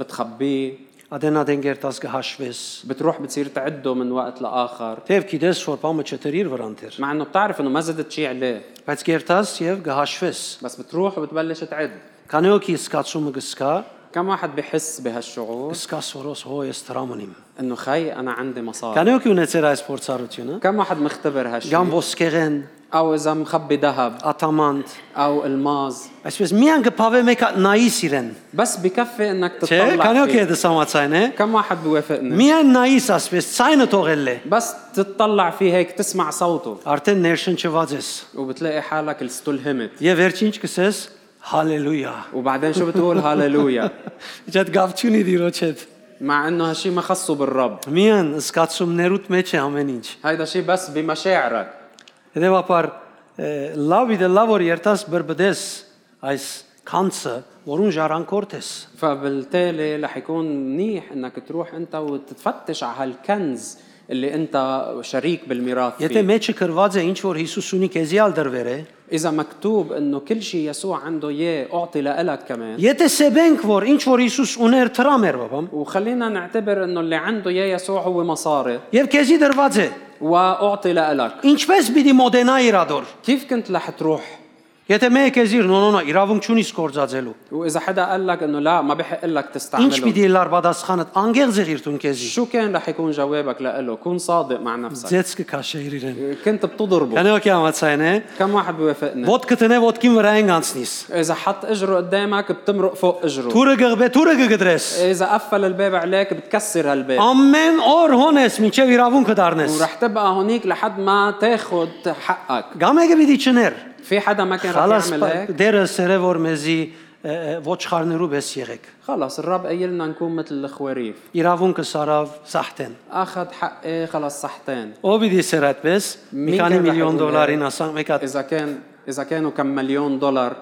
بتخبيه ադենա դենգերտաս կհաշվես։ بتروح بتصير تعده من وقت لآخر Թեև գիտես, որ բամը չտրիր վրան դեր, مع انه بتعرف انه ما زدت شيء عليه բայց գերտաս եւ կհաշվես։ بس بتروح وبتبلش تعد Քանի օքի սկացումը գսկա, كم واحد بحس بهالشعور գսկաս որոս հո ես տրամնիմ։ انه خي انا عندي مصاري Քանի օքի ունեցեր այս փորձառությունը։ كم واحد مختبر هالشيء Գամ ոսկեղեն, او اذا مخبي ذهب աթամանդ, او الماز այսպես միան գփավե մեկը նայիս իրեն։ بس بكفي انك Չէ, քանի تطلع օքի է فيه. դա սամացայն է։ كم واحد بوافقني Միան նայիս ասպես ցայնը թողել է։ بس تتطلع فيه هيك تسمع صوته Արդեն ներշնչված ես։ وبتلاقي حالك استلهمت Եվ վերջինչ կսես հալելույա։ وبعدين شو بتقول هاليلويا Իջդ գավչունի դիրոջեդ։ مع انه هالشيء ما خصه بالرب Միան սկացումներուտ մեջ է ամեն ինչ։ هيدا شيء بس بمشاعرك Հետևաբար ը, լավ իդե լավ որ երտաս բրբդես այս կանցը, որուն ժառանգորդ ես։ فبالتالي رح يكون منيح انك تروح انت وتتفتش على هالكنز اللي انت شريك بالميراث Եթե فيه մեջը կրված է ինչ որ Հիսուս ունի քեզիալ դրվեր է, اذا مكتوب انه كل شيء يسوع عنده اياه اعطي لك كمان եթե սեբենք որ ինչ որ Հիսուս ուներ տրամեր բաբամ, وخلينا نعتبر انه اللي عنده اياه يسوع هو مصاري եւ քեզի դրված է, واعطي لك ինչպես պիտի մոդենա իրադոր։ كيف كنت رح تروح Եթե մեկը զիր նոնոնա իրավունք չունիս կործածելու։ واذا حدا قال لك انه لا ما بحق لك Ինչ تستعمله պիտի լար պատասխանդ անգեղ զեղիրտուն քեզի։ شو كان رح يكون جوابك له كون صادق مع نفسك Ձեզ կքաշեիր իրեն։ كنت بتضربه Քանի օքի ամացայն է, كم واحد بوافقنا ոդկը տնե ոդկին վրա են անցնիս։ اذا حط اجره قدامك بتمرق فوق اجره Թուրը գղբե, թուրը գգդրես։ اذا قفل الباب عليك بتكسر هالباب Ամեն օր հոնես մինչև իրավունքը դառնես։ ورح تبقى هونيك لحد ما تاخد حقك Գամեգը պիտի չներ։ في حدا ما كان رح Խալաս يعمل هيك դերը սերը որ մեզի ը, ը, ոչխարներու պես եղեք։ خلص الرب قايل لنا نكون مثل الخواريف Իրավունքը սարավ սահտեն։ اخذ حقي خلص صحتين Ո՞վ պիտի սեր այդպես։ Մի Մինչ քանի էլ միլիոն հատում է։ դոլարին ասանք մեկը اذا كان اذا كانوا كم مليون دولار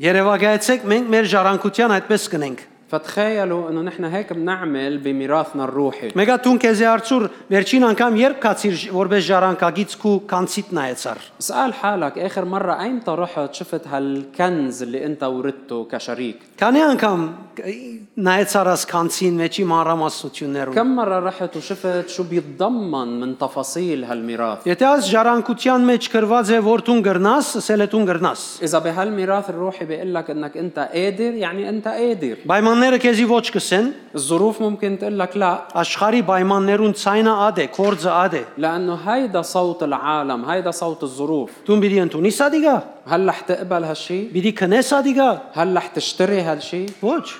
Երևակայեցեք մենք մեր ժառանգության այդպես կնենք։ فتخيلوا انه نحن هيك بنعمل بميراثنا الروحي Մեկա տուն քեզի արծուր վերջին անգամ երբ կացիր ժ- որպես ժառանգագից քու կանցիտ նայեցար։ اسال حالك اخر مره ايمتى رحت شفت هالكنز اللي انت وردته كشريك Քանի անգամ կ- նայեցար աս կանցին մեջի մանրամասություններում։ كم مره رحت وشفت شو بيتضمن من تفاصيل هالميراث Եթե աս ժառանգության մեջ գրված է որ տուն գրնաս, ասել է տուն գրնաս։ اذا بهالميراث الروحي بيقول لك انك انت قادر يعني انت قادر պայմանները քեզի ոչ կսեն, الظروف ممكن تقول لك لا աշխարհի պայմաններուն ցայնը ադե, կորձը դե։ ադե։ لانه هيدا صوت العالم هيدا صوت الظروف Դու բիդի ընդունիս ադիգա, هل رح تقبل هالشي բիդի քնես ադիգա։ هل رح تشتري هالشي Ոչ։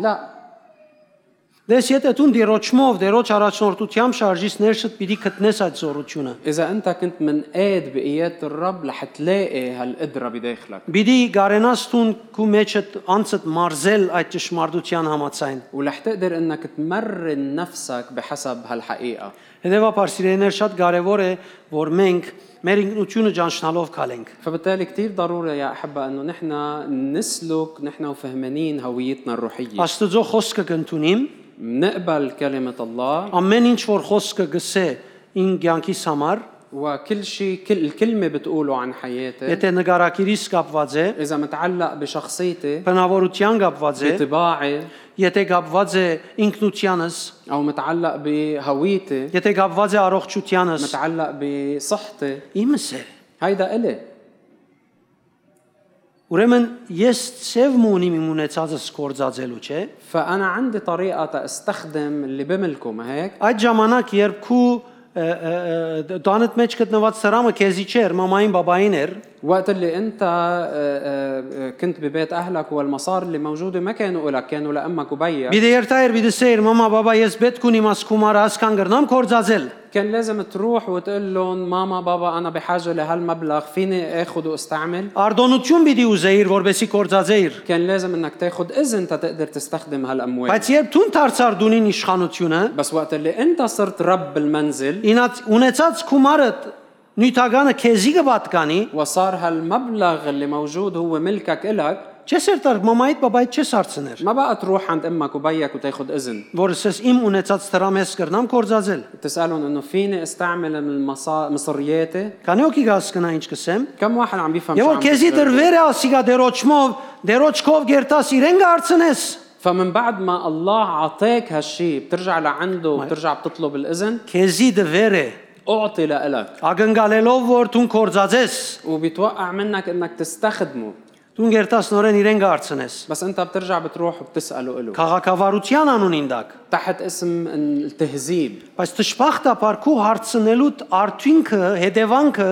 لا Դες եթե դե դու դերոճմով, դերոճ առաջնորդությամբ շարժից ներսդ պիտի գտնես այդ զորությունը։ اذا انت كنت منقاد بايات الرب رح تلاقي هالقدره بداخلك Բիդի գարենաս տուն քու մեջդ անցդ մարզել այդ ճշմարտության համաձայն։ ورح تقدر انك تمرن نفسك بحسب هالحقيقه Հետևաբար սիրելիներ շատ կարևոր է, որ մենք մեր ինքնությունը ճանչնալով կալենք։ فبالتالي كتير ضروري يا أحبة أنه نحن نسلك نحن وفهمانين هويتنا الروحية Աստծո խոսքը կընդունիմ, نقبل كلمة الله ամեն ինչ որ խոսքը գսե ին կյանքիս համար, وكل شيء كل الكلمة بتقوله عن حياتي եթե նկարակիրիս կապված է, إذا متعلق بشخصيتي բնավորության կապված է, بطباعي եթե կապված է ինքնությանս, أو متعلق بهويتي եթե կապված է առողջությանս, متعلق بصحتي իմս է։ هيدا إلي Ուրեմն ես ծև մունիմ իմ ունեցածս կործածելու չէ։ فأنا عندي طريقة تستخدم اللي بملكه ما هيك Այդ ժամանակ երբ քու ը, ը, ը, դանդ մեջ գտնված սրամը քեզի չէր, մամային, բաբային էր, وقت اللي انت آه، آه، كنت ببيت اهلك والمصاري اللي موجوده ما كانوا لك كانوا لامك وبيك Մի դերտայր մի դսեր, մամա, բաբա, ես պետք ունիմ ասկումար հասկան գրնամ կործածել։ كان لازم تروح وتقول لهم ماما بابا انا بحاجه لهالمبلغ فيني اخذ واستعمل Արդոնություն պիտի ուզեիր, որբեսի կործածեիր։ كان لازم انك تاخذ اذن تقدر تستخدم هالاموال Բայց երբ դուն դարձար դունին իշխանությունը, بس وقت اللي انت صرت رب المنزل ինած ունեցած կումարդ նույթականը քեզի կպատկանի, وصار هالمبلغ اللي موجود هو ملكك إلك չես էր տար մամայիդ, բաբայիդ չես հարցներ, ما بقى تروح عند امك وبيك وتاخذ اذن որ ասես իմ ունեցած դրամես կրնամ կործածել։ تسالهم انه فيني استعمل من مصا... مصرياتي Քանի օքի գասկնա ինչ կսեմ։ كم واحد عم بيفهم Եվ որ عم քեզի بيصير؟ դրվերը ասիգա դերոճմով, դերոճկով գերտաս իրեն գարցնես, فمن بعد ما الله عطاك هالشي بترجع لعنده بترجع بتطلب الاذن քեզի դվերը اعطي لإلك ագնկալելով որ դուն կործածես, وبيتوقع منك انك تستخدمه դուն գերտաս նորեն իրեն գարցնես։ بس انت بترجع بتروح وبتساله له Խաղակավարության անուն ինդակ, تحت اسم التهذيب բայց ճշփախտաբար քու հարցնելուտ արդյունքը, հետևանքը,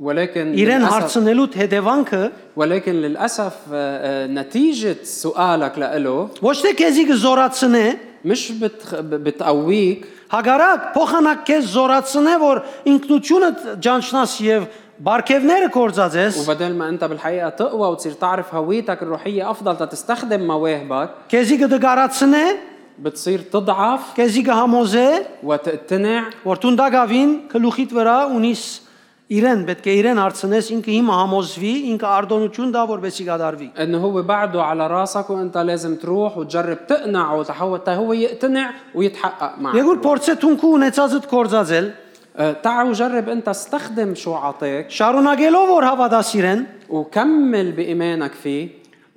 ولكن իրեն للأسف հարցնելուտ հետևանքը ولكن للاسف آه، آه، نتيجه سؤالك له ոչ թե քեզի կզորացնե, مش بتخ... بتقويك հագարակ փոխանակ քեզ զորացնե, որ ինքնությունը ճանչնաս եւ բարգևները կործածես, وبدل ما انت بالحقيقه تقوى وتصير تعرف هويتك الروحيه افضل تستخدم مواهبك քեզի կդգարացնե, بتصير تضعف քեզի կհամոզե, وتقتنع որ դու դակավին գլուխիդ վրա ունիս իրեն պետք է իրեն արցնես ինքը հիմա համոզվի ինքը արդոնություն դա որբեսի գադարվի انه هو بعده على راسك وانت لازم تروح وتجرب تقنعه وتحاول تا هو يقتنع ويتحقق معك Եգուր փորձե թունքու ունեցածդ կործածել آه، تعال وجرب انت استخدم شو عطاك շարունակելով որ հավատաս իրեն وكمل بايمانك فيه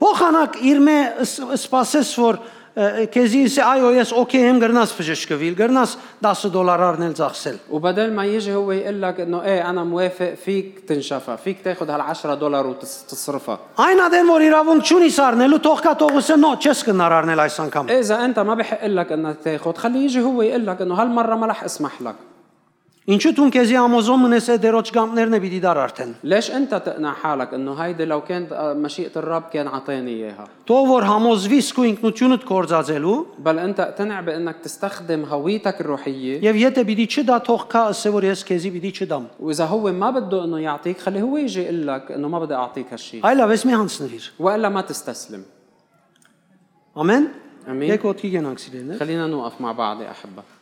փոխանակ իր մե ս- սպասես որ ը, քեզի իսե այո ես օքեյ եմ գրնաս բժշկվել գրնաս 10 դոլար առնել ծախսել وبدل ما يجي هو يقول لك انه ايه انا موافق فيك تنشفها فيك تاخذ هال10 دولار وتصرفها այն ադեն որ իրավունք չունիս առնելու թողքա թողուսը նո չես կնար առնել այս անգամ اذا انت ما بحق لك انك تاخذ خليه يجي هو يقول لك انه هالمره ما رح اسمح لك ինչու դու քեզի համոզում ունես այդ դերոջ գամներն է պիտի դար արդեն ليش انت تقنع حالك انه هيدي لو كانت آه، مشيئه الرب كان عطاني اياها Թող որ համոզվիս քո ինքնությունդ կործածելու بل انت اقتنع بانك تستخدم هويتك الروحيه եւ եթե պիտի չդա թող կա ասե որ ես քեզի պիտի չդամ։ واذا هو ما بده انه يعطيك خليه هو يجي يقول لك انه ما بدي اعطيك هالشيء Այլավ ես մի հանցնվիր։ والا ما تستسلم Ամեն։ Ամեն։ Եկոթի գնանք իրենը։ خلينا نوقف مع بعض يا احبه